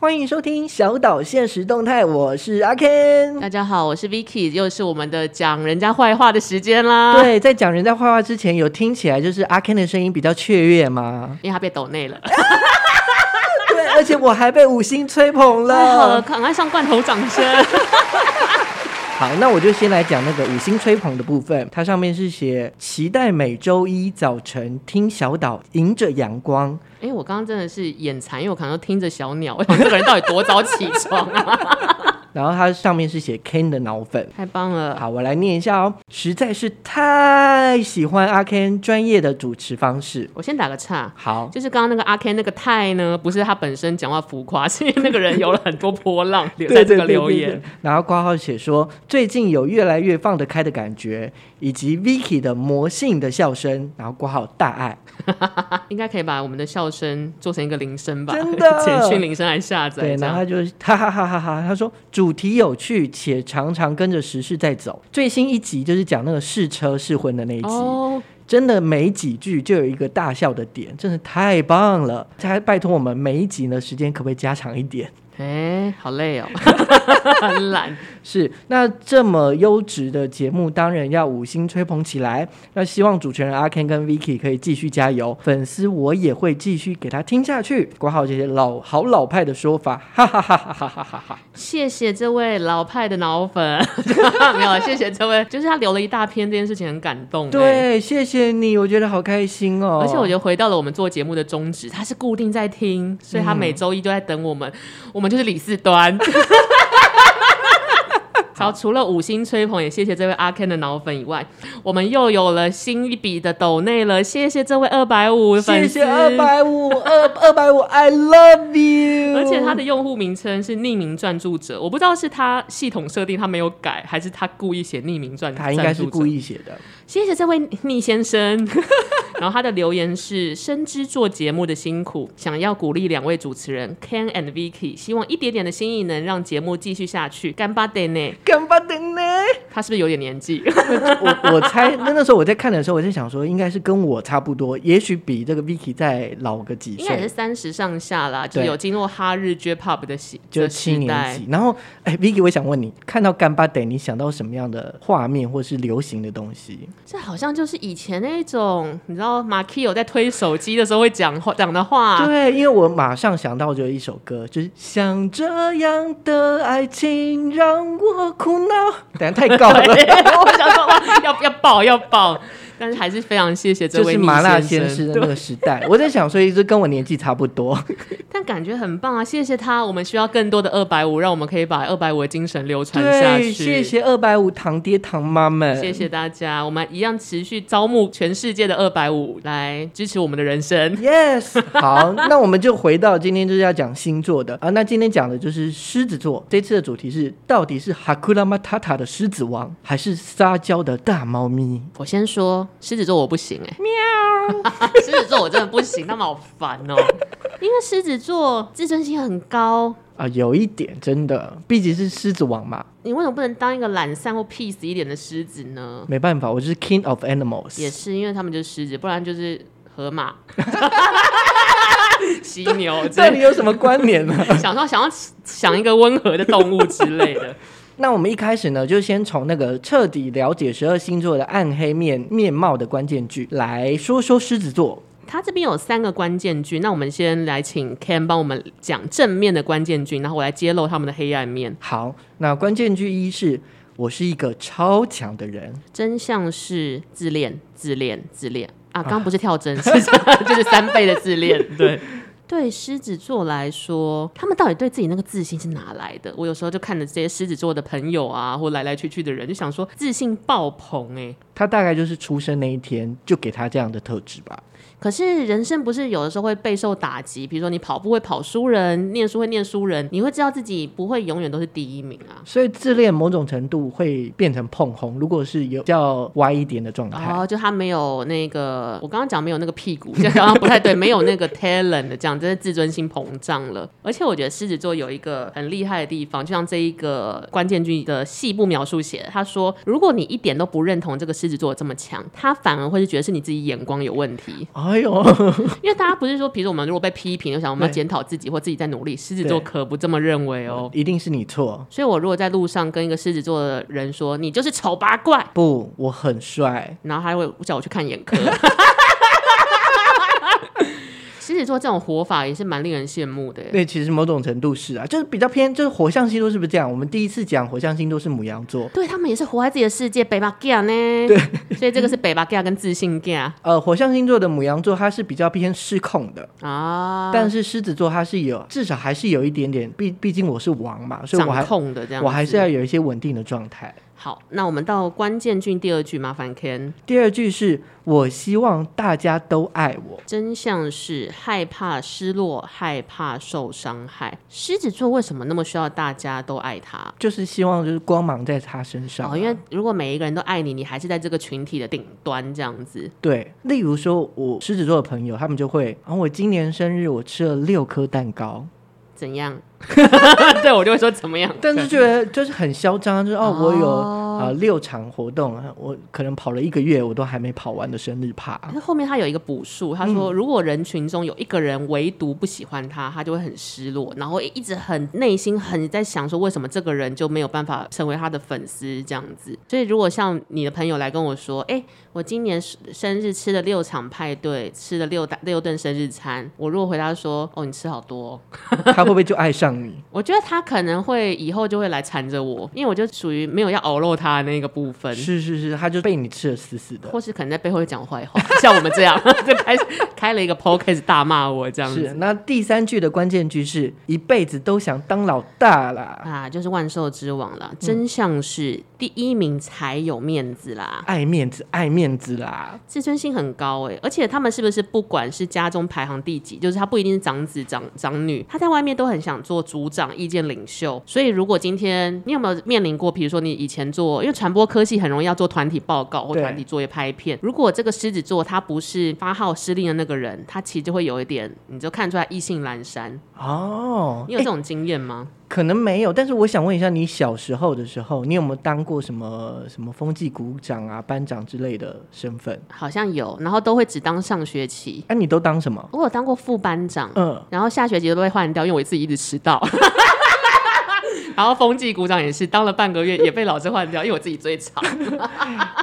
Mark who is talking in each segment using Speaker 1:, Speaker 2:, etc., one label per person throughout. Speaker 1: 欢迎收听小岛现实动态，我是阿 Ken。
Speaker 2: 大家好，我是 Vicky，又是我们的讲人家坏话的时间啦。，？
Speaker 1: 对，在讲人家坏话之前，有听起来就是阿 Ken 的声音比较雀跃吗
Speaker 2: 因为他被 抖内了，
Speaker 1: 对，而且我还被五星吹捧
Speaker 2: 太哎好了，
Speaker 1: 了。
Speaker 2: 赶快上罐头掌声。
Speaker 1: 好，那我就先来讲那个五星吹捧的部分，它上面是写期待每周一早晨听小岛迎着阳光。
Speaker 2: 哎、我刚刚真的是眼馋，因为我刚刚听着小鸟， 我想这个人到底多早起床 啊？
Speaker 1: 然后它上面是写 Ken 的脑粉，
Speaker 2: 太棒了，
Speaker 1: 好，我来念一下哦，实在是太喜欢阿 Ken 专业的主持方式。
Speaker 2: 我先打个岔。
Speaker 1: 好，
Speaker 2: 就是刚刚那个阿 Ken 那个泰呢，不是他本身讲话浮夸，是因为那个人有了很多波浪留在这个留
Speaker 1: 对
Speaker 2: 言。
Speaker 1: 对对对然后挂号写说最近有越来越放得开的感觉，以及 Vicky 的魔性的笑声，然后挂号大爱，
Speaker 2: 啊应该可以把我们的笑声做成一个铃声吧？
Speaker 1: 真的
Speaker 2: 简讯铃声来下载
Speaker 1: 对，
Speaker 2: 这
Speaker 1: 然后他
Speaker 2: 样。
Speaker 1: 就哈哈哈哈哈，他说主题有趣且常常跟着时事在走，最新一集就是讲那个试车试婚的那一集，
Speaker 2: 哦，
Speaker 1: 真的没几句就有一个大笑的点，真的太棒了！还拜托我们每一集呢时间可不可以加长一点？
Speaker 2: 哎、好 累哦， 很懒。
Speaker 1: 是，那这么优质的节目，当然要五星吹捧起来。那希望主持人阿 Ken 跟 Vicky 可以继续加油，粉丝我也会继续给他听下去。挂号这些老好老派的说法，哈哈哈哈哈哈哈哈！
Speaker 2: 谢谢这位老派的脑粉， 没有，谢谢这位，就是他留了一大篇，这件事情很感动、欸。。
Speaker 1: 对，谢谢你，我觉得好开心哦。
Speaker 2: 而且我觉得回到了我们做节目的宗旨，他是固定在听，所以他每周一都在等我们，我们就是李四端。 好，除了五星吹捧，也谢谢这位阿 Ken 的脑粉以外，我们又有了新一笔的抖内了，谢谢这位二百五粉
Speaker 1: 谢
Speaker 2: 丝，
Speaker 1: 谢二。百五二二百五，I love you。
Speaker 2: 而且他的用户名称是匿名赞助者，我不知道是他系统设定他没有改，还是他故意写匿名赞
Speaker 1: 他应该是
Speaker 2: 赞助者
Speaker 1: 故意写的。
Speaker 2: 谢谢这位逆先生。 然后他的留言是：深知做节目的辛苦，想要鼓励两位主持人 Ken and Vicky，希望一点点的心意能让节目继续下去。干巴爹呢？
Speaker 1: 干巴的呢？
Speaker 2: 他是不是有点 年纪？
Speaker 1: 我我猜， 那那时候我在看的时候，我在想说，应该是跟我差不多，也许比这个 Vicky 再老个几
Speaker 2: 应该也
Speaker 1: 岁，
Speaker 2: 是三十上下啦，就
Speaker 1: 对
Speaker 2: 有经过哈日 J-pop 的时
Speaker 1: 就
Speaker 2: 的
Speaker 1: 七
Speaker 2: 时
Speaker 1: 年
Speaker 2: 代
Speaker 1: 级。。然后，哎，Vicky，我想问你，看到干巴得，你想到什么样的画面或是流行的东西？
Speaker 2: 这好像就是以前那种，你知道马 k i o 在推手机的时候会讲话讲的话。啊
Speaker 1: 对，因为我马上想到就一首歌，就是像这样的爱情让我苦恼。等下 太 高了，
Speaker 2: 我想说哇，要 要爆要爆，但是还是非常谢谢这
Speaker 1: 就
Speaker 2: 位
Speaker 1: 是
Speaker 2: 逆
Speaker 1: 麻辣鲜
Speaker 2: 先
Speaker 1: 师
Speaker 2: 生
Speaker 1: 的那个时代。我在想，所以就跟我年纪差不多。
Speaker 2: 但感觉很棒啊！谢谢他，我们需要更多的二百五，让我们可以把二百五的精神流传下去。
Speaker 1: 对，谢，谢二百五堂爹堂妈们，
Speaker 2: 谢谢大家，我们一样持续招募全世界的二百五来支持我们的人生。
Speaker 1: Yes，好， 那我们就回到今天就是要讲星座的啊。那今天讲的就是狮子座，这次的主题是到底是哈库拉马塔塔的狮子王，还是撒娇的大猫咪？
Speaker 2: 我先说，狮子座我不行哎、喵！ 狮子座我真的不行，他们好烦哦、 因为狮子座自尊心很高，
Speaker 1: 啊，有一点真的，毕竟是狮子王嘛，
Speaker 2: 你为什么不能当一个懒散或 peace 一点的狮子呢？
Speaker 1: 没办法，我就是 King of
Speaker 2: 也
Speaker 1: Animals。
Speaker 2: 是因为他们就是狮子，不然就是河马、 犀牛之类
Speaker 1: 这
Speaker 2: 的
Speaker 1: 里有什么关联呢？
Speaker 2: 想到想要想一个温和的动物之类的，
Speaker 1: 那我们一开始呢，就先从那个彻底了解十二星座的暗黑面面貌的关键句来说说狮子座。
Speaker 2: 它这边有三个关键句，那我们先来请 Ken 帮我们讲正面的关键句，然后我来揭露他们的黑暗面。
Speaker 1: 好，那关键句一是我是一个超强的人。
Speaker 2: 真相是自恋，自恋，自恋啊！刚不是跳针， 是就是三倍的自恋。 对，对狮子座来说，他们到底对自己那个自信是哪来的？我有时候就看着这些狮子座的朋友啊，或来来去去的人，就想说自信爆棚哎、
Speaker 1: 他大概就是出生那一天就给他这样的特质吧。
Speaker 2: 可是人生不是有的时候会备受打击，比如说你跑步会跑输人，念书会念输人，你会知道自己不会永远都是第一名啊。
Speaker 1: 所以自恋某种程度会变成碰红，如果是有比较歪一点的状态。
Speaker 2: 哦，就他没有那个，我刚刚讲没有那个屁股， 这样刚刚不太对，没有那个 talent 的这样，真的自尊心膨胀了。而且我觉得狮子座有一个很厉害的地方，就像这一个关键句的细部描述写的，他说，如果你一点都不认同这个世狮子座这么强，他反而会是觉得是你自己眼光有问题。
Speaker 1: 哎呦，
Speaker 2: 因为大家不是说，比如说我们如果被批评，就想我们要
Speaker 1: 对
Speaker 2: 检讨自己或自己在努力，狮子座
Speaker 1: 对
Speaker 2: 可不这么认为哦。
Speaker 1: 一定是你错。
Speaker 2: 所以我如果在路上跟一个狮子座的人说你就是丑八怪，
Speaker 1: 不，我很帅。
Speaker 2: 然后他会叫我去看眼科。 狮子座这种活法也是蛮令人羡慕的耶。欸
Speaker 1: 对，其实某种程度是啊，就是比较偏，就是火象星座是不是这样？我们第一次讲火象星座是母羊座，
Speaker 2: 对他们也是活在自己的世界，北巴 g 呢？对，所以这个是北巴 g 跟自信啊 g
Speaker 1: 呃，火象星座的母羊座它是比较偏失控的，
Speaker 2: 啊，
Speaker 1: 但是狮子座它是有，至少还是有一点点，毕毕竟我是王嘛，所以我
Speaker 2: 掌
Speaker 1: 还
Speaker 2: 控的这样子。
Speaker 1: 我还是要有一些稳定的状态。
Speaker 2: 好。那我们到关键句第二句，麻烦 Ken。
Speaker 1: 第二句是我希望大家都爱我，
Speaker 2: 真相是害怕失落，害怕受伤害。狮子座为什么那么需要大家都爱他？
Speaker 1: 就是希望就是光芒在他身上啊、
Speaker 2: 哦，因为如果每一个人都爱你，你还是在这个群体的顶端这样子。
Speaker 1: 对，例如说我狮子座的朋友，他们就会，啊，我今年生日我吃了六颗蛋糕，
Speaker 2: 怎样？ 对我就会说怎么样？
Speaker 1: 但是觉得就是很嚣张，就是哦，我有
Speaker 2: 哦
Speaker 1: 啊、呃六场活动，我可能跑了一个月，我都还没跑完的生日 趴。
Speaker 2: 可是后面他有一个补述，他
Speaker 1: 嗯
Speaker 2: 说如果人群中有一个人唯独不喜欢他，他就会很失落，然后一直很内心很在想说为什么这个人就没有办法成为他的粉丝这样子。所以如果像你的朋友来跟我说，哎、我今年生日吃了六场派对，吃了六大六顿生日餐，我如果回答说，哦，你吃好多、哦，
Speaker 1: 他会不会就爱上你？
Speaker 2: 我觉得他可能会以后就会来缠着我，因为我就属于没有要熬肉他的那个部分。
Speaker 1: 是是是，他就被你吃的死死的。
Speaker 2: 或是可能在背后会讲坏话，像我们这样 就开始开了一个 podcast 大骂我这样
Speaker 1: 是，
Speaker 2: 子
Speaker 1: 那第三句的关键句是一辈子都想当老大啦，
Speaker 2: 啊，就是万兽之王了。真相是第一名才有面子啦，
Speaker 1: 爱面子，爱面子啦。
Speaker 2: 自尊心很高哎、而且他们是不是不管是家中排行第几，就是他不一定是长子长长女，他在外面都很想做组长、意见领袖。所以如果今天你有没有面临过，比如说你以前做，因为传播科系很容易要做团体报告或
Speaker 1: 对
Speaker 2: 团体作业拍片，如果这个狮子座他不是发号施令的那个人，他其实就会有一点，你就看出来意兴阑珊。
Speaker 1: 哦，
Speaker 2: 你有这种经验吗？
Speaker 1: 可能没有，但是我想问一下，你小时候的时候，你有没有当过什么什么风纪股长啊、班长之类的身份？
Speaker 2: 好像有，然后都会只当上学期。
Speaker 1: 哎、你都当什么？
Speaker 2: 我有当过副班长，
Speaker 1: 嗯，
Speaker 2: 然后下学期都被换掉，因为我自己一直迟到。 然后风纪股长也是当了半个月，也被老师换掉，因为我自己最吵。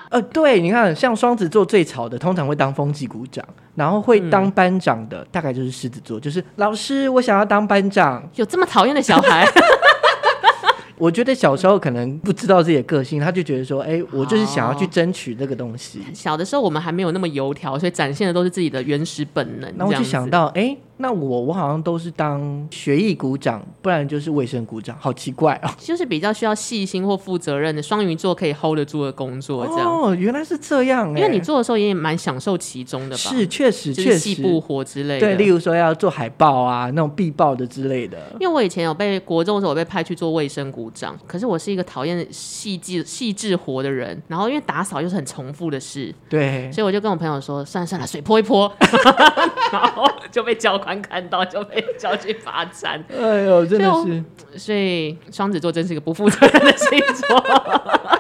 Speaker 1: 呃，对，你看，像双子座最吵的，通常会当风纪股长，然后会当班长的，大概就是狮子座，就是老师，我想要当班长。
Speaker 2: 有这么讨厌的小孩？
Speaker 1: 我觉得小时候可能不知道自己的个性，他就觉得说，哎、我就是想要去争取这个东西。
Speaker 2: 小的时候我们还没有那么油条，所以展现的都是自己的原始本能。
Speaker 1: 那我
Speaker 2: 这样
Speaker 1: 就
Speaker 2: 子
Speaker 1: 想，到，哎、那我我好像都是当学艺股长，不然就是卫生股长，好奇怪哦。
Speaker 2: 就是比较需要细心或负责任的双鱼座可以 hold 得住的工作，这样。
Speaker 1: 哦，原来是这样、哎，
Speaker 2: 因为你做的时候也蛮享受其中的吧？
Speaker 1: 是确实
Speaker 2: 就是
Speaker 1: 确
Speaker 2: 细
Speaker 1: 实
Speaker 2: 部活之类
Speaker 1: 对，
Speaker 2: 的。
Speaker 1: 例如说要做海报啊，那种必报的之类的。
Speaker 2: 因为我以前有被国中的时候，我被派去做卫生股长，可是我是一个讨厌细致细致活的人，然后因为打扫又是很重复的事，
Speaker 1: 对，
Speaker 2: 所以我就跟我朋友说，算了算了，水泼一泼， 然后就被教官看到，就被叫去罚站。
Speaker 1: 哎呦，真的是
Speaker 2: 所以双子座真是一个不负责任的星座。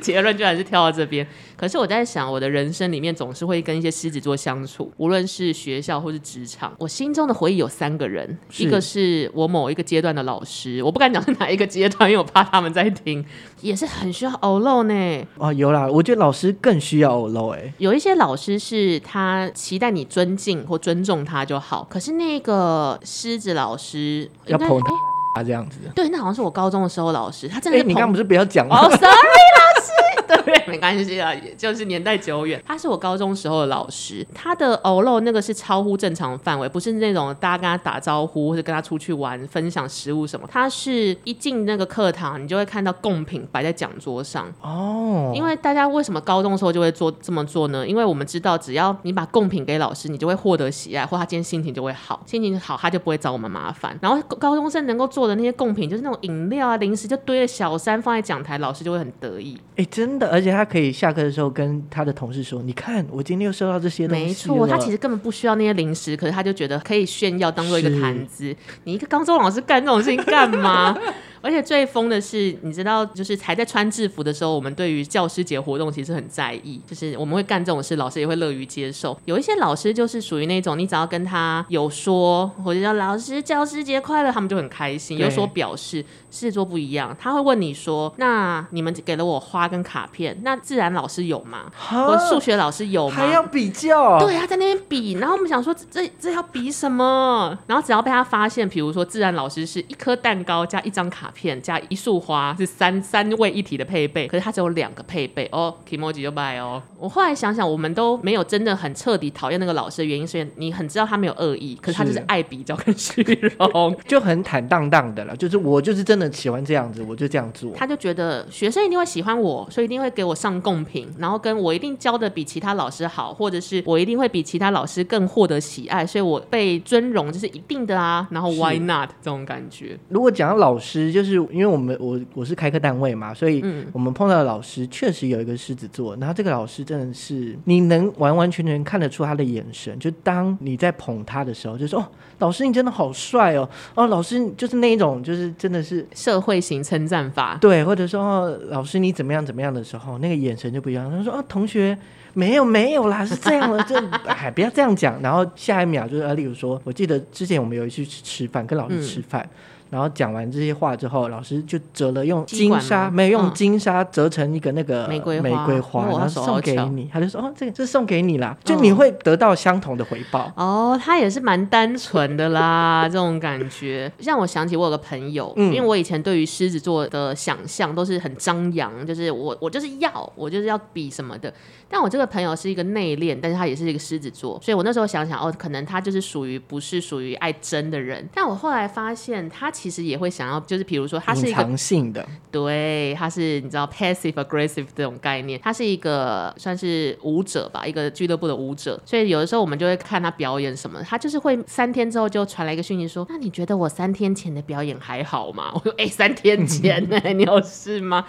Speaker 2: 结论居然是跳到这边，可是我在想，我的人生里面总是会跟一些狮子座相处，无论是学校或是职场，我心中的回忆有三个人，
Speaker 1: 是
Speaker 2: 一个是我某一个阶段的老师，我不敢讲是哪一个阶段，因为我怕他们在听，也是很需要偶露呢。
Speaker 1: 哦，有啦，我觉得老师更需要偶露、哎，
Speaker 2: 有一些老师是他期待你尊敬或尊重他就好，可是那个狮子老师
Speaker 1: 要
Speaker 2: 应该
Speaker 1: 捧
Speaker 2: 诶
Speaker 1: 啊，这样子。
Speaker 2: 对，那好像是我高中的时候老师，他真
Speaker 1: 哎、
Speaker 2: 的是
Speaker 1: 你
Speaker 2: 捧
Speaker 1: 刚不是不要讲吗？
Speaker 2: 哦、s o r r y 老师，对，没关系啊，也就是年代久远。他是我高中时候的老师，他的偶漏那个是超乎正常范围，不是那种大家跟他打招呼或者跟他出去玩、分享食物什么。他是一进那个课堂，你就会看到贡品摆在讲桌上。
Speaker 1: 哦，
Speaker 2: 因为大家为什么高中的时候就会做这么做呢？因为我们知道，只要你把贡品给老师，你就会获得喜爱，或他今天心情就会好，心情好他就不会找我们麻烦。然后高高中生能够做的那些贡品，就是那种饮料啊、零食，就堆了小山放在讲台，老师就会很得意。
Speaker 1: 哎、真的，而且他可以下课的时候跟他的同事说：“你看，我今天又收到这些东西。”
Speaker 2: 没错，他其实根本不需要那些零食，可是他就觉得可以炫耀，当做一个谈资。你一个高中老师干这种事情干嘛？ 而且最疯的是，你知道，就是还在穿制服的时候，我们对于教师节活动其实很在意，就是我们会干这种事，老师也会乐于接受。有一些老师就是属于那种，你只要跟他有说，或者叫老师教师节快乐，他们就很开心，
Speaker 1: 对
Speaker 2: 有所表示。狮子座不一样，他会问你说：“那你们给了我花跟卡片，那自然老师有吗？
Speaker 1: 哈
Speaker 2: 我数学老师有吗？”
Speaker 1: 啊还要比较，
Speaker 2: 对，啊他在那边比，然后我们想说这这这要比什么？然后只要被他发现，比如说自然老师是一颗蛋糕加一张卡片加一束花，是三三位一体的配备，可是他只有两个配备哦，Kimoji 就拜哦。我后来想想，我们都没有真的很彻底讨厌那个老师的原因，是因为你很知道他没有恶意，可是他就是
Speaker 1: 是
Speaker 2: 爱比较跟虚荣，
Speaker 1: 就很坦荡荡的了。就是我就是真的喜欢这样子，我就这样做。
Speaker 2: 他就觉得学生一定会喜欢我，所以一定会给我上贡品，然后跟我一定教的比其他老师好，或者是我一定会比其他老师更获得喜爱，所以我被尊荣就是一定的啊。然后
Speaker 1: 是
Speaker 2: why not 这种感觉，
Speaker 1: 如果讲到老师，就是因为我们我我是开课单位嘛，所以
Speaker 2: 嗯
Speaker 1: 我们碰到的老师确实有一个狮子座，然后这个老师真的是你能完完全全看得出他的眼神，就当你在捧他的时候，就说哦，老师你真的好帅哦，哦，老师你就是那一种就是真的是
Speaker 2: 社会型称赞法。
Speaker 1: 对，或者说、哦老师你怎么样怎么样的时候，那个眼神就不一样。他说啊，同学没有没有啦，是这样的，这哎不要这样讲。然后下一秒就是啊，例如说，我记得之前我们有一次去吃饭，跟老
Speaker 2: 嗯
Speaker 1: 师吃饭。然后讲完这些话之后，老师就折了用
Speaker 2: 鸡
Speaker 1: 金
Speaker 2: 管
Speaker 1: 沙，
Speaker 2: 吗
Speaker 1: 没有用
Speaker 2: 嗯
Speaker 1: 金沙折成一个那个
Speaker 2: 玫瑰
Speaker 1: 玫
Speaker 2: 花
Speaker 1: 瑰花，
Speaker 2: 哦
Speaker 1: 然后
Speaker 2: 他手
Speaker 1: 送
Speaker 2: 好
Speaker 1: 给
Speaker 2: 巧
Speaker 1: 你。他就说哦，这个这送给你啦，
Speaker 2: 嗯
Speaker 1: 就你会得到相同的回报。
Speaker 2: 哦，他也是蛮单纯的啦， 这种感觉让我想起我有个朋友，
Speaker 1: 嗯
Speaker 2: 因为我以前对于狮子座的想象都是很张扬，就是我我就是要我就是要比什么的。但我这个朋友是一个内敛，但是他也是一个狮子座，所以我那时候想想，哦，可能他就是属于不是属于爱争的人。但我后来发现，他其实也会想要，就是比如说，他是
Speaker 1: 隐
Speaker 2: 一个
Speaker 1: 藏性的，
Speaker 2: 对，他是你知道 passive aggressive 这种概念，他是一个算是舞者吧，一个俱乐部的舞者，所以有的时候我们就会看他表演什么，他就是会三天之后就传来一个讯息说，那你觉得我三天前的表演还好吗？我说，哎、三天前呢、 你有事吗？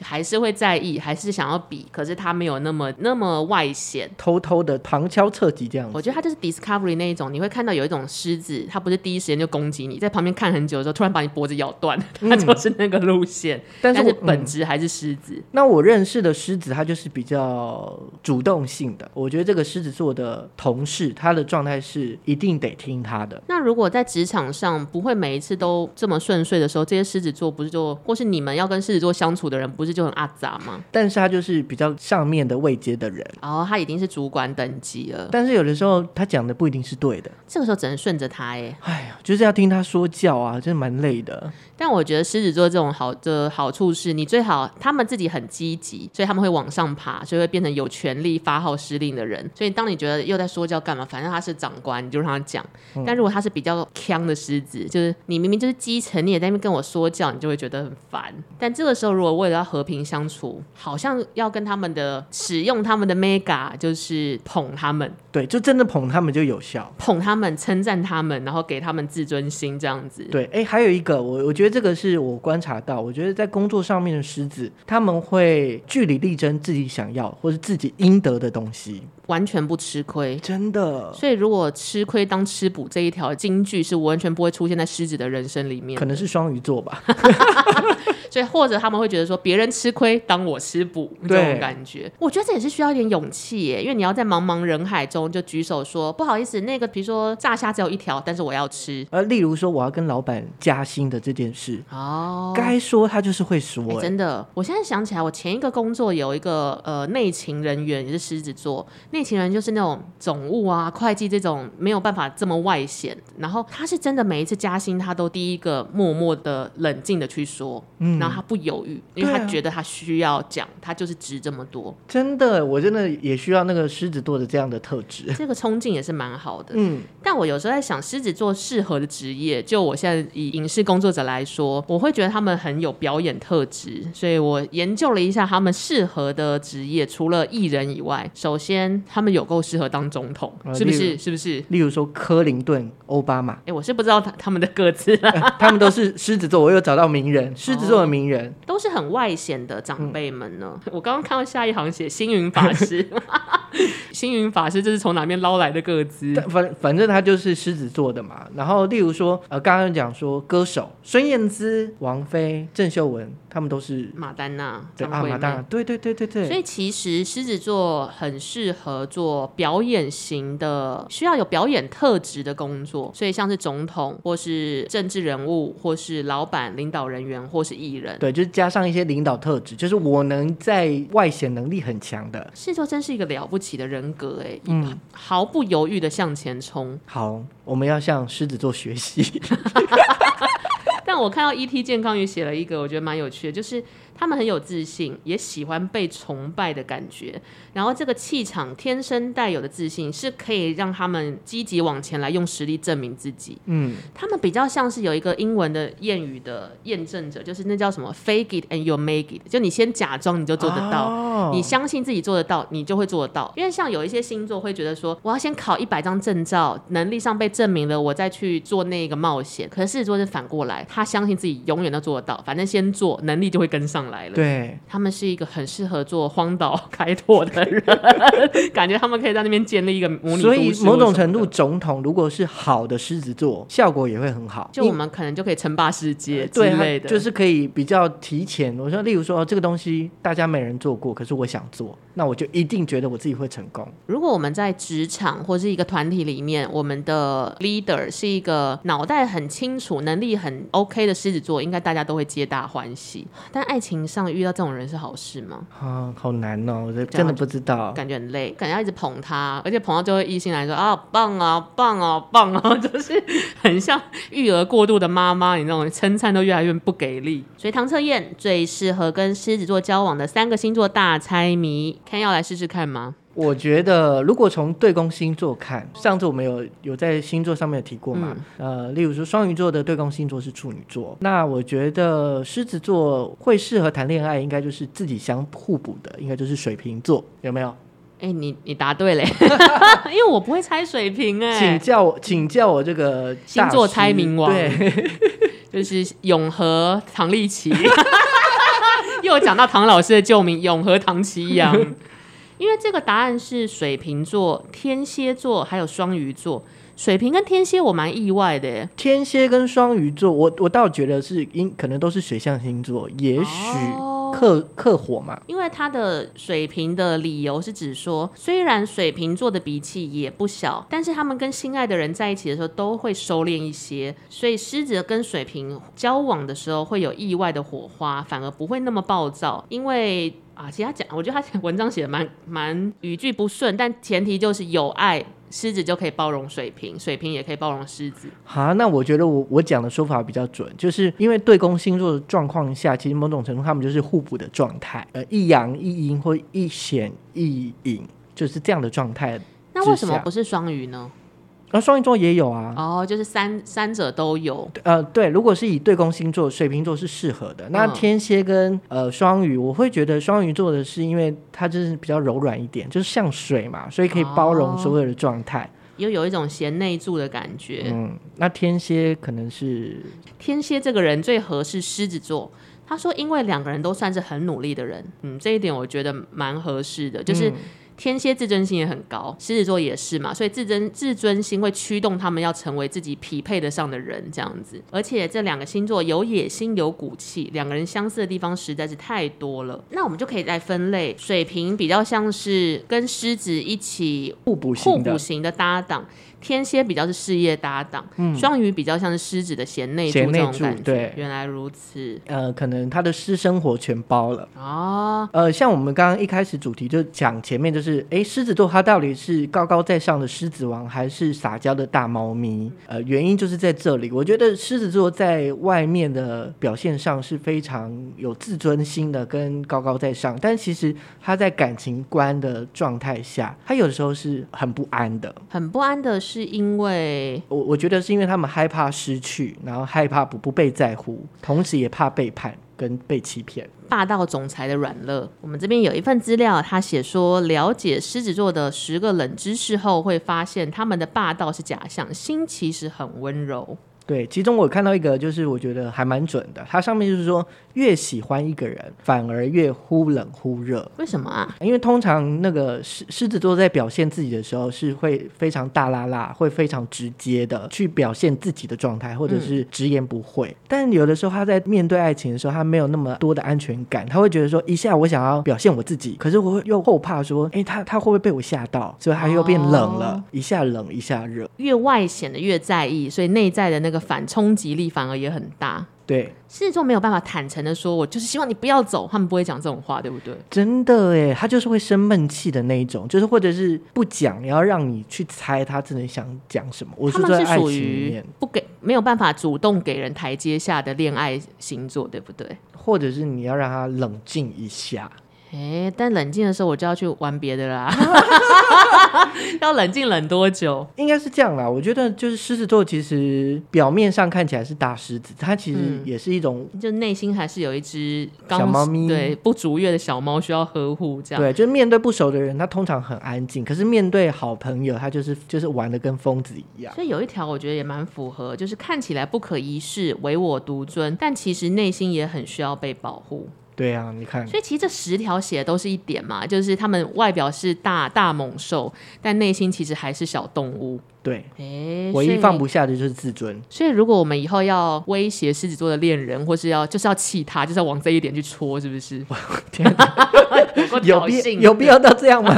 Speaker 2: 就还是会在意，还是想要比，可是他没有那么那么外显。
Speaker 1: 偷偷的旁敲侧击这样
Speaker 2: 我
Speaker 1: 子。
Speaker 2: 觉得他就是 Discovery 那一种，你会看到有一种狮子，它不是第一时间就攻击你，在旁边看很久的时候，突然把你脖子咬断， 它就是那个路线。
Speaker 1: 但
Speaker 2: 但
Speaker 1: 是
Speaker 2: 是嗯
Speaker 1: 我嗯
Speaker 2: 本质还是狮子。
Speaker 1: 那我认识的狮子，它就是比较主动性的。我觉得这个狮子座的同事，他的状态是一定得听他的。
Speaker 2: 那如果在职场上不会每一次都这么顺遂的时候，这些狮子座不是就，或是你们要跟狮子座相处的人，不是就很阿杂吗？
Speaker 1: 但是他就是比较上面的位阶的人，
Speaker 2: 然后哦他已经是主管等级了，
Speaker 1: 但是有的时候他讲的不一定是对的。
Speaker 2: 这个时候只能顺着他耶。
Speaker 1: 哎呀，就是要听他说教啊，真的蛮累的。
Speaker 2: 但我觉得狮子座这种好的好处是，你最好他们自己很积极，所以他们会往上爬，所以会变成有权力发号施令的人。所以当你觉得又在说教干嘛，反正他是长官，你就让他讲。但如果他是比较强的狮子，就是你明明就是基层，你也在那边跟我说教，你就会觉得很烦。但这个时候，如果为了要和平相处，好像要跟他们的使用他们的 mega，就是捧他们，
Speaker 1: 对，就真的捧他们就有效。
Speaker 2: 捧他们，称赞他们，然后给他们自尊心，这样子。
Speaker 1: 对，哎，还有一个，我我觉得这个是我观察到，我觉得在工作上面的狮子，他们会据理力争自己想要或是自己应得的东西，
Speaker 2: 完全不吃亏，
Speaker 1: 真的。
Speaker 2: 所以，如果吃亏当吃补这一条金句是完全不会出现在狮子的人生里面
Speaker 1: 可，能是双鱼座吧，
Speaker 2: 所以或者他们会觉得说别人吃亏当我吃补这
Speaker 1: 对
Speaker 2: 种感觉，我觉得这也是需要一点勇气耶，因为你要在茫茫人海中就举手说不好意思，那个比如说炸虾只有一条，但是我要吃
Speaker 1: 呃，例如说我要跟老板加薪的这件事，
Speaker 2: 哦。
Speaker 1: 该说他就是会说、
Speaker 2: 哎、
Speaker 1: 哎
Speaker 2: 真的，我现在想起来，我前一个工作有一个呃内勤人员也是狮子座，内勤人就是那种总务啊、会计这种没有办法这么外显，然后他是真的每一次加薪，他都第一个默默的冷静的去说，然后他不犹豫，因
Speaker 1: 嗯
Speaker 2: 为
Speaker 1: 对
Speaker 2: 他
Speaker 1: 啊
Speaker 2: 觉得他需要讲，他就是值这么 多，
Speaker 1: 真的，我真的也需要那个狮子座的这样的特质。
Speaker 2: 这个冲劲也是蛮好的。
Speaker 1: 嗯，
Speaker 2: 但我有时候在想，狮子座适合的职业，就我现在以影视工作者来说，我会觉得他们很有表演特质，所以我研究了一下他们适合的职业，除了艺人以外，首先他们有够适合当总统
Speaker 1: 啊，
Speaker 2: 是不
Speaker 1: 例
Speaker 2: 是？
Speaker 1: 如
Speaker 2: 是不是？、
Speaker 1: 例如说克林顿、奥巴马
Speaker 2: 哎，我是不知道他他们的各自啦，哦
Speaker 1: 呃他们都是狮子座，我有找到名人，狮子座的名人。
Speaker 2: 都是很外显的
Speaker 1: 嗯
Speaker 2: 长辈们呢？我刚刚看到下一行写星云法 师，星云法师这是从哪边捞来的个资？
Speaker 1: 但反反正他就是狮子座的嘛。然后例如说，呃，刚刚讲说歌手孙燕姿、王菲、郑秀文，他们都是
Speaker 2: 马丹娜、
Speaker 1: 对
Speaker 2: 张
Speaker 1: 啊，
Speaker 2: 惠
Speaker 1: 马
Speaker 2: 妹
Speaker 1: 大，。对对对对
Speaker 2: 所
Speaker 1: 对，
Speaker 2: 以其实狮子座很适合做表演型的，需要有表演特质的工作。所以像是总统，或是政治人物，或是老板、领导人员，或是艺人。
Speaker 1: 对，就是加上一些领导特质，就是我能在外显能力很强的。
Speaker 2: 狮子座真是一个了不起的人格哎，
Speaker 1: 嗯
Speaker 2: 毫不犹豫的向前冲。
Speaker 1: 好，我们要向狮子座学 习。
Speaker 2: 但我看到 ET 健康也写了一个，我觉得蛮有趣的，就是他们很有自信，也喜欢被崇拜的感觉。然后这个气场天生带有的自信，是可以让他们积极往前来，用实力证明自己。
Speaker 1: 嗯，
Speaker 2: 他们比较像是有一个英文的谚语的验证者，就是那叫什么 “fake it and you make it”，就你先假装你就做得到。
Speaker 1: 哦
Speaker 2: 你相信自己做得到，你就会做得到。因为像有一些星座会觉得说，我要先考一百张证照，能力上被证明了，我再去做那个冒险。可是狮子座是反过来，他相信自己永远都做得到，反正先做，能力就会跟上来了。
Speaker 1: 对，
Speaker 2: 他们是一个很适合做荒岛开拓的人， 感觉他们可以在那边建立一个模拟都
Speaker 1: 所
Speaker 2: 市或什
Speaker 1: 以
Speaker 2: 么的。
Speaker 1: 某种程度，总统如果是好的狮子座，效果也会很好。
Speaker 2: 就
Speaker 1: 因
Speaker 2: 我们可能就可以称霸世界之
Speaker 1: 对，
Speaker 2: 类
Speaker 1: 它
Speaker 2: 的，
Speaker 1: 就是可以比较提前。我说，例如说、哦这个东西大家没人做过，可是我想做，那我就一定觉得我自己会成功。
Speaker 2: 如果我们在职场或是一个团体里面，我们的 leader 是一个脑袋很清楚、能力很 OK 的狮子座，应该大家都会皆大欢喜。但爱情上遇到这种人是好事吗？
Speaker 1: 啊，好难哦，我真的不知道。
Speaker 2: 感觉很累，感觉要一直捧他，而且捧到最后一心来说啊，棒啊，棒啊，棒啊， 就是很像育儿过度的妈妈，你那种称赞都越来越不给力。所以唐测验最适合跟狮子座交往的三个星座大猜谜，看要来试试看吗？
Speaker 1: 我觉得如果从对宫星座看，上次我们有有在星座上面有提过嘛？
Speaker 2: 嗯
Speaker 1: 呃，例如说双鱼座的对宫星座是处女座，那我觉得狮子座会适合谈恋爱，应该就是自己相互补的，应该就是水瓶座，有没有？
Speaker 2: 哎、你你答对嘞，因为我不会猜水瓶哎、
Speaker 1: 请教我，请教我这个大
Speaker 2: 星座
Speaker 1: 师
Speaker 2: 猜谜王
Speaker 1: 对，
Speaker 2: 就是永和唐立奇， 又讲到唐老师的旧名永和唐奇阳，因为这个答案是水瓶座、天蝎座还有双鱼座。水瓶跟天蝎我蛮意外的耶，
Speaker 1: 天蝎跟双鱼座，我我倒觉得是因可能都是水象星座，也许
Speaker 2: 哦
Speaker 1: 克克火嘛，
Speaker 2: 因为他的水瓶的理由是指说，虽然水瓶座的脾气也不小，但是他们跟心爱的人在一起的时候都会收敛一些，所以狮子跟水瓶交往的时候会有意外的火花，反而不会那么暴躁，因为。啊，其实他讲，我觉得他文章写的蛮蛮语句不顺，但前提就是有爱，狮子就可以包容水瓶，水瓶也可以包容狮子。
Speaker 1: 啊，那我觉得我我讲的说法比较准，就是因为对宫星座的状况下，其实某种程度他们就是互补的状态，呃，一阳一阴或一显一隐，就是这样的状态。
Speaker 2: 那为什
Speaker 1: 之
Speaker 2: 么
Speaker 1: 下
Speaker 2: 不是啊双鱼呢？
Speaker 1: 而双鱼座也有啊，
Speaker 2: 哦，就是三三者都有。
Speaker 1: 呃，对，如果是以对宫星座，水瓶座是适合的。那
Speaker 2: 嗯
Speaker 1: 天蝎跟呃双鱼，我会觉得双鱼座的是因为它就是比较柔软一点，就是像水嘛，所以可以包容所有的状态。
Speaker 2: 又有一种贤内助的感觉，
Speaker 1: 嗯，那天蝎可能是
Speaker 2: 天蝎这个人最合适狮子座。他说，因为两个人都算是很努力的人，嗯，这一点我觉得蛮合适的。就是天蝎自尊心也很高，狮子座也是嘛，所以自尊自尊心会驱动他们要成为自己匹配得上的人，这样子。而且这两个星座有野心有骨气，两个人相似的地方实在是太多了。那我们就可以来分类，水瓶比较像是跟狮子一起
Speaker 1: 互补
Speaker 2: 互
Speaker 1: 型的
Speaker 2: 补型的搭档，天蝎比较是事业搭档，双鱼比较像是狮子的贤内助
Speaker 1: 嗯贤内
Speaker 2: 这种
Speaker 1: 助
Speaker 2: 感觉。
Speaker 1: 对
Speaker 2: 原来如此
Speaker 1: 呃，可能他的私生活全包了。
Speaker 2: 哦，
Speaker 1: 呃，像我们刚刚一开始主题就讲前面就是，诶，狮子座它到底是高高在上的狮子王，还是撒娇的大猫咪？呃，原因就是在这里。我觉得狮子座在外面的表现上是非常有自尊心的，跟高高在上，但其实他在感情观的状态下，他有的时候是很不安的。
Speaker 2: 很不安的是因为
Speaker 1: 我我觉得是因为他们害怕失去，然后害怕不不被在乎，同时也怕背叛跟被欺骗。
Speaker 2: 霸道总裁的软肋。我们这边有一份资料，他写说，了解狮子座的十个冷知识后，会发现他们的霸道是假象，心其实很温柔。
Speaker 1: 对，其中我看到一个，就是我觉得还蛮准的。它上面就是说，越喜欢一个人，反而越忽冷忽热。
Speaker 2: 为什么啊？
Speaker 1: 因为通常那个狮狮子座在表现自己的时候，是会非常大啦啦，会非常直接的去表现自己的状态，或者是直言不讳。但有的时候他在面对爱情的时候，他没有那么多的安全感，他会觉得说，一下我想要表现我自己，可是我又后怕说，诶，他他会不会被我吓到？所以他又变冷了，
Speaker 2: 哦
Speaker 1: 一下冷一下热。
Speaker 2: 越外显的越在意，所以内在的那个反冲击力反而也很大。
Speaker 1: 对，
Speaker 2: 狮子座没有办法坦诚的说，我就是希望你不要走，他们不会讲这种话，对不对？
Speaker 1: 真的哎，他就是会生闷气的那一种，就是或者是不讲，然后让你去猜他真的想讲什么。我
Speaker 2: 他
Speaker 1: 说在
Speaker 2: 们是
Speaker 1: 爱
Speaker 2: 属
Speaker 1: 情里
Speaker 2: 于
Speaker 1: 面，
Speaker 2: 不给没有办法主动给人台阶下的恋爱星座，对不对？
Speaker 1: 或者是你要让他冷静一下。
Speaker 2: 哎，但冷静的时候我就要去玩别的 啦。要冷静冷多久？
Speaker 1: 应该是这样啦，我觉得就是狮子座，其实表面上看起来是大狮子，它其实
Speaker 2: 嗯
Speaker 1: 也是一种、
Speaker 2: 就内心还是有一只刚
Speaker 1: 小猫咪
Speaker 2: 对不足月的小猫需要呵护，这样
Speaker 1: 对，就是面对不熟的人，他通常很安静，可是面对好朋友，他就是就是玩的跟疯子一样。
Speaker 2: 所以有一条我觉得也蛮符合，就是看起来不可一世、唯我独尊，但其实内心也很需要被保护。
Speaker 1: 对啊，你看，
Speaker 2: 所以其实这十条写的都是一点嘛，就是他们外表是大大猛兽，但内心其实还是小动物。
Speaker 1: 对，
Speaker 2: 哎、
Speaker 1: 唯
Speaker 2: 所
Speaker 1: 一
Speaker 2: 以
Speaker 1: 放不下的就是自 尊。
Speaker 2: 所以如果我们以后要威胁狮子座的恋人，或是要就是要气他，就是要往这一点去戳，是不是？
Speaker 1: 天哪，有
Speaker 2: 够挑
Speaker 1: 必
Speaker 2: 衅
Speaker 1: 有必要到这样吗？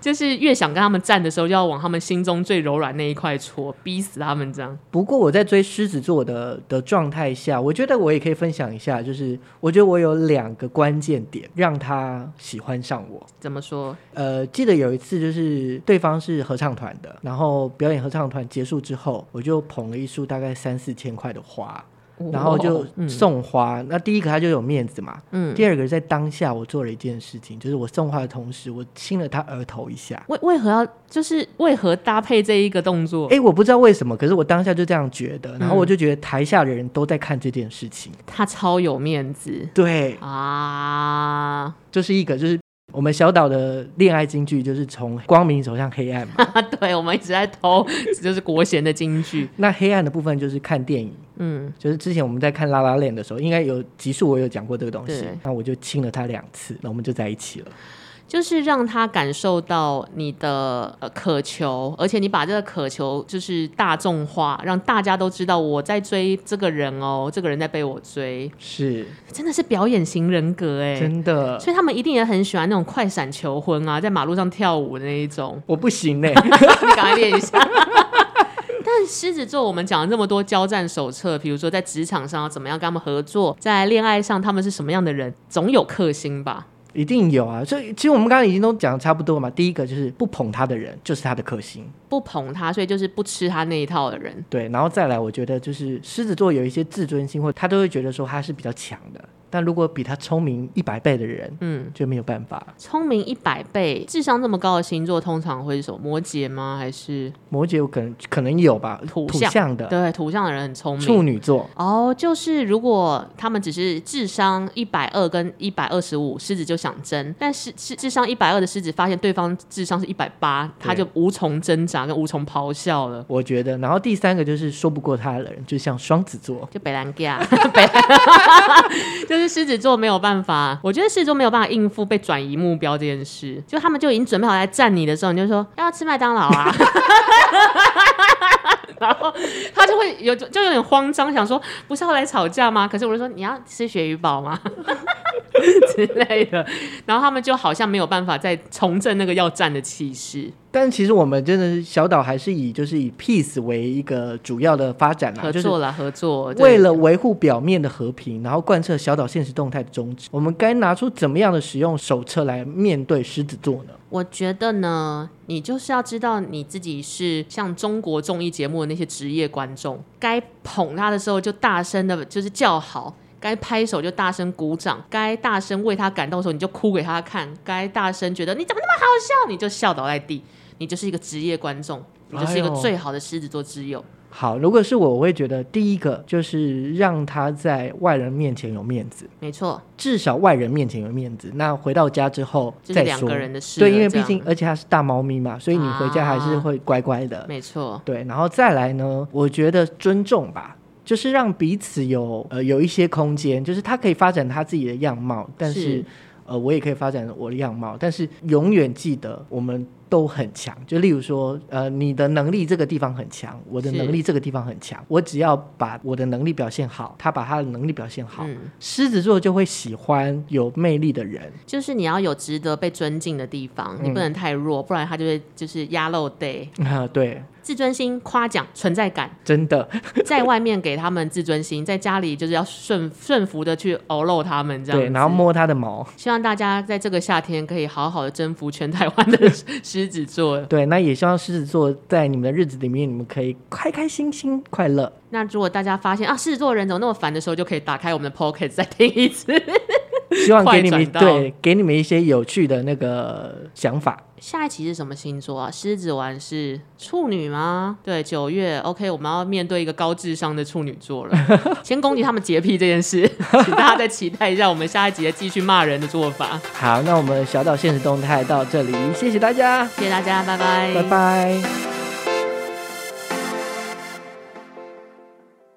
Speaker 2: 就是越想跟他们战的时候，就要往他们心中最柔软那一块戳，逼死他们这样。
Speaker 1: 不过我在追狮子座的的状态下，我觉得我也可以分享一下，就是我觉得我有两个关键点让他喜欢上我。
Speaker 2: 怎么说？
Speaker 1: 呃，记得有一次就是对方是合唱团的，然后表演合唱团结束之后，我就捧了一束大概三四千块的花，然后就
Speaker 2: 哦嗯
Speaker 1: 送花。那第一个他就有面子嘛，
Speaker 2: 嗯，
Speaker 1: 第二个在当下我做了一件事情，就是我送花的同时，我亲了他额头一下。
Speaker 2: 为为何要就是为何搭配这一个动作？
Speaker 1: 哎，我不知道为什么，可是我当下就这样觉得，然后我就觉得台下的人都在看这件事情。
Speaker 2: 他超有面子
Speaker 1: 对，
Speaker 2: 啊！
Speaker 1: 这是一个，就是我们小岛的恋爱金句，就是从光明走向黑暗 嘛。
Speaker 2: 对，我们一直在偷，就是国贤的金句。
Speaker 1: 那黑暗的部分就是看电影，
Speaker 2: 嗯，
Speaker 1: 就是之前我们在看《拉拉链》的时候，应该有集数我有讲过这个东西
Speaker 2: 对，
Speaker 1: 那我就亲了他两次，那我们就在一起了。
Speaker 2: 就是让他感受到你的呃渴求，而且你把这个渴求就是大众化，让大家都知道我在追这个人哦，这个人在被我追，
Speaker 1: 是
Speaker 2: 真的是表演型人格哎、
Speaker 1: 真的，
Speaker 2: 所以他们一定也很喜欢那种快闪求婚啊，在马路上跳舞的那一种。
Speaker 1: 我不行呢、
Speaker 2: 你赶快练一下。 但狮子座，我们讲了这么多交战手册，比如说在职场上要怎么样跟他们合作，在恋爱上他们是什么样的人，总有克星吧？
Speaker 1: 一定有啊。所以其实我们刚刚已经都讲的差不多了嘛。第一个就是不捧他的人，就是他的克星。
Speaker 2: 不捧他，所以就是不吃他那一套的人。
Speaker 1: 对，然后再来，我觉得就是狮子座有一些自尊心，或他都会觉得说他是比较强的，但如果比他聪明一百倍的人
Speaker 2: 嗯，
Speaker 1: 就没有办法。
Speaker 2: 聪明一百倍，智商这么高的星座，通常会是什么？摩羯吗？还是
Speaker 1: 摩羯有可能可能有吧，
Speaker 2: 土
Speaker 1: 土
Speaker 2: 象
Speaker 1: 象的
Speaker 2: 对土象的人很聪
Speaker 1: 处
Speaker 2: 明？
Speaker 1: 女座，
Speaker 2: 哦，就是如果他们只是智商一百二跟一百二十五，狮子就想争；但是智智商一百二的狮子发现对方智商是一百八，他
Speaker 1: 对
Speaker 2: 就无从挣扎跟无从咆哮了。
Speaker 1: 我觉得。然后第三个就是说不过他的人，就像双子座。
Speaker 2: 就北兰嘎，北兰 就是狮子座没有办法，我觉得狮子座没有办法应付被转移目标这件事，就他们就已经准备好来站你的时候，你就说要吃麦当劳啊， 然后他就会有就有点慌张，想说不是要来吵架吗？可是我就说你要吃鳕鱼堡吗 之类的，然后他们就好像没有办法再重振那个要战的气势，
Speaker 1: 但其实我们真的是小岛还是以就是以 peace 为一个主要的发展啦，
Speaker 2: 合
Speaker 1: 啊就是
Speaker 2: 作啦，合作，对
Speaker 1: 为了维护表面的和平，然后贯彻小岛现实动态的宗旨，我们该拿出怎么样的使用手册来面对狮子座呢？
Speaker 2: 我觉得呢，你就是要知道你自己是像中国综艺节目的那些职业观众，该捧他的时候就大声的，就是叫好。该拍手就大声鼓掌，该大声为他感动的时候你就哭给他看，该大声觉得你怎么那么好笑你就笑倒在地，你就是一个职业观众。你就是一个
Speaker 1: 哎呦
Speaker 2: 最好的狮子座之友。
Speaker 1: 好，如果是我，我会觉得第一个就是让他在外人面前有面子，
Speaker 2: 没错，
Speaker 1: 至少外人面前有面子。那回到家之后
Speaker 2: 就
Speaker 1: 再
Speaker 2: 是
Speaker 1: 说，
Speaker 2: 两个人的事了。
Speaker 1: 对，因为
Speaker 2: 这
Speaker 1: 毕
Speaker 2: 样啊
Speaker 1: 竟而且它是大猫咪嘛，所以你回家还是会乖乖的。
Speaker 2: 没错，
Speaker 1: 对，然后再来呢，我觉得尊重吧，就是让彼此有呃有一些空间，就是他可以发展他自己的样貌，但是
Speaker 2: 是
Speaker 1: 呃我也可以发展我的样貌，但是永远记得我们都很强。就例如说，呃你的能力这个地方很强，我的
Speaker 2: 是
Speaker 1: 能力这个地方很强，我只要把我的能力表现好，他把他的能力表现好，
Speaker 2: 嗯，
Speaker 1: 狮子座就会喜欢有魅力的人。
Speaker 2: 就是你要有值得被尊敬的地方，你
Speaker 1: 嗯
Speaker 2: 不能太弱，不然他就会就是压漏 day。
Speaker 1: 啊、对，
Speaker 2: 自尊心、夸奖、存在 感，
Speaker 1: 真的。
Speaker 2: 在外面给他们自尊心，在家里就是要顺顺服的去偶露他们这样子。
Speaker 1: 对，然后摸它的毛。
Speaker 2: 希望大家在这个夏天可以好好的征服全台湾的狮子座。
Speaker 1: 对，那也希望狮子座在你们的日子里面，你们可以开开心心、快乐。
Speaker 2: 那如果大家发现啊，狮子座的人怎么那么烦的时候，就可以打开我们的 Pocket 再听一次。
Speaker 1: 希望给你们
Speaker 2: 快转到
Speaker 1: 对给你们一些有趣的那个想法。
Speaker 2: 下一期是什么星座啊？狮子完是处女吗？对，九月 OK，我们要面对一个高智商的处女座了。 先攻击他们洁癖这件事，请大家再期待一下我们下一集的继续骂人的做法。
Speaker 1: 好，那我们小岛现实动态到这里，谢谢大家，
Speaker 2: 谢谢大家，拜拜，
Speaker 1: 拜拜